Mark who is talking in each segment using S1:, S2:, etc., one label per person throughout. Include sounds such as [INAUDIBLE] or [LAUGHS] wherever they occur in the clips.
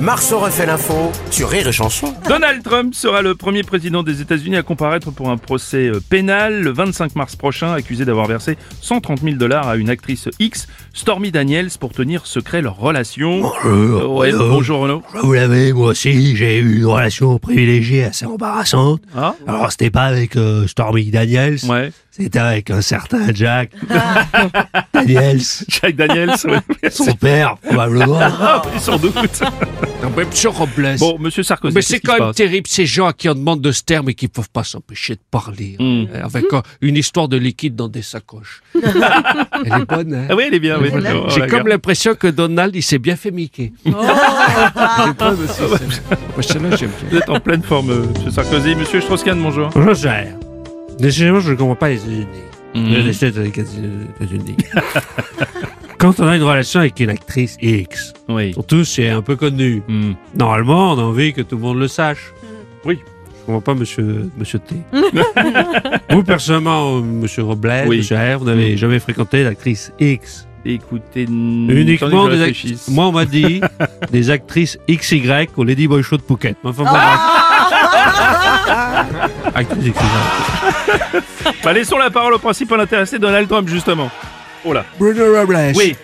S1: Marceau refait l'info sur Rire et Chanson.
S2: Donald Trump sera le premier président des États-Unis à comparaître pour un procès euh, pénal le 25 mars prochain, accusé d'avoir versé 130 000 dollars à une actrice X, Stormy Daniels, pour tenir secret leur relation. Euh,
S3: Bonjour.
S2: Ouais,
S3: Bonjour.
S2: bonjour Renaud.
S3: Vous l'avez, moi aussi, j'ai eu une relation privilégiée assez embarrassante.
S2: Ah.
S3: Alors, c'était pas avec euh, Stormy Daniels,
S2: Ouais.
S3: c'était avec un certain Jack [LAUGHS]
S2: [LAUGHS]
S3: Daniels,
S2: Jack Daniels, ouais.
S3: son père,
S2: [LAUGHS]
S3: probablement.
S2: Ah oui, sans doute.
S4: Non, mais monsieur Robles,
S2: Bon, monsieur Sarkozy,
S4: mais c'est
S2: qu'est-ce qui
S4: quand
S2: se
S4: même
S2: passe
S4: terrible ces gens à qui on demande de se taire mais qui peuvent pas s'empêcher de parler hein, avec euh, une histoire de liquide dans des [LAUGHS] sacoches. Elle est bonne. hein
S2: Ah oui, elle est bien. Oui. Oh,
S4: J'ai
S2: la
S4: comme
S2: garde.
S4: l'impression que Donald il s'est bien fait miquer. Elle est bonne aussi, celle-là. Moi, celle-là, j'aime bien.
S2: Vous êtes en pleine forme, euh, monsieur Sarkozy. Monsieur Strauss-Kahn, bonjour.
S3: Bonjour, cher. Décidément, je ne comprends pas les États-Unis.
S2: Mhm.
S4: Hmm.
S3: Le décès des
S4: [LAUGHS]
S3: États-Unis. Quand on a une relation avec une actrice X,
S2: Oui.
S3: surtout c'est un peu connu,
S2: Hmm.
S3: Normalement, on a envie que tout le monde le sache.
S2: Oui.
S3: Je comprends pas, monsieur, monsieur T. Vous, personnellement, euh, monsieur Robles,
S2: Oui. Mm.
S3: monsieur R, vous n'avez jamais fréquenté l'actrice X.
S2: Écoutez, n-
S3: Uniquement
S2: attendez que je
S3: des
S2: réfléchisse.
S3: actrices. Moi, on
S2: [LAUGHS]
S3: m'a dit des actrices XY au Lady Boy Show de Phuket. Mais Enfin, bon,
S2: Ah.
S3: bref. Actrices XY.
S2: Bah, laissons la parole au principal intéressé, Donald Trump, justement. Oh là.
S4: Bruno Robles.
S2: Oui.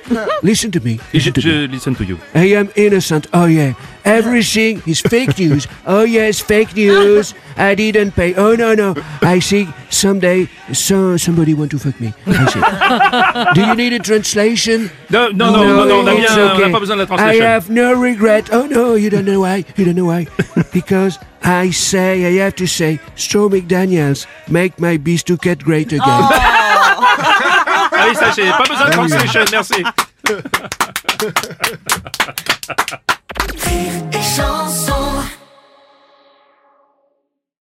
S4: Listen to me.
S2: Je, je listen to you.
S4: I am innocent. Oh yeah. Everything is fake news. Oh yes, fake news. I didn't pay. Oh no no. I think someday so somebody want to fuck me. I think. Do you need a translation?
S2: Non, non, non, non, non, on a
S4: it's
S2: bien- on n'a
S4: okay.
S2: pas besoin de la
S4: I
S2: translation.
S4: have no regret. Oh no, you don't know why. You don't know
S2: [LAUGHS]
S4: why. because I say, I have to say, Stormy Daniels, make my beast to get great again.
S2: Ah oui, sachez, pas besoin de translation, merci.
S5: Rire et chanson.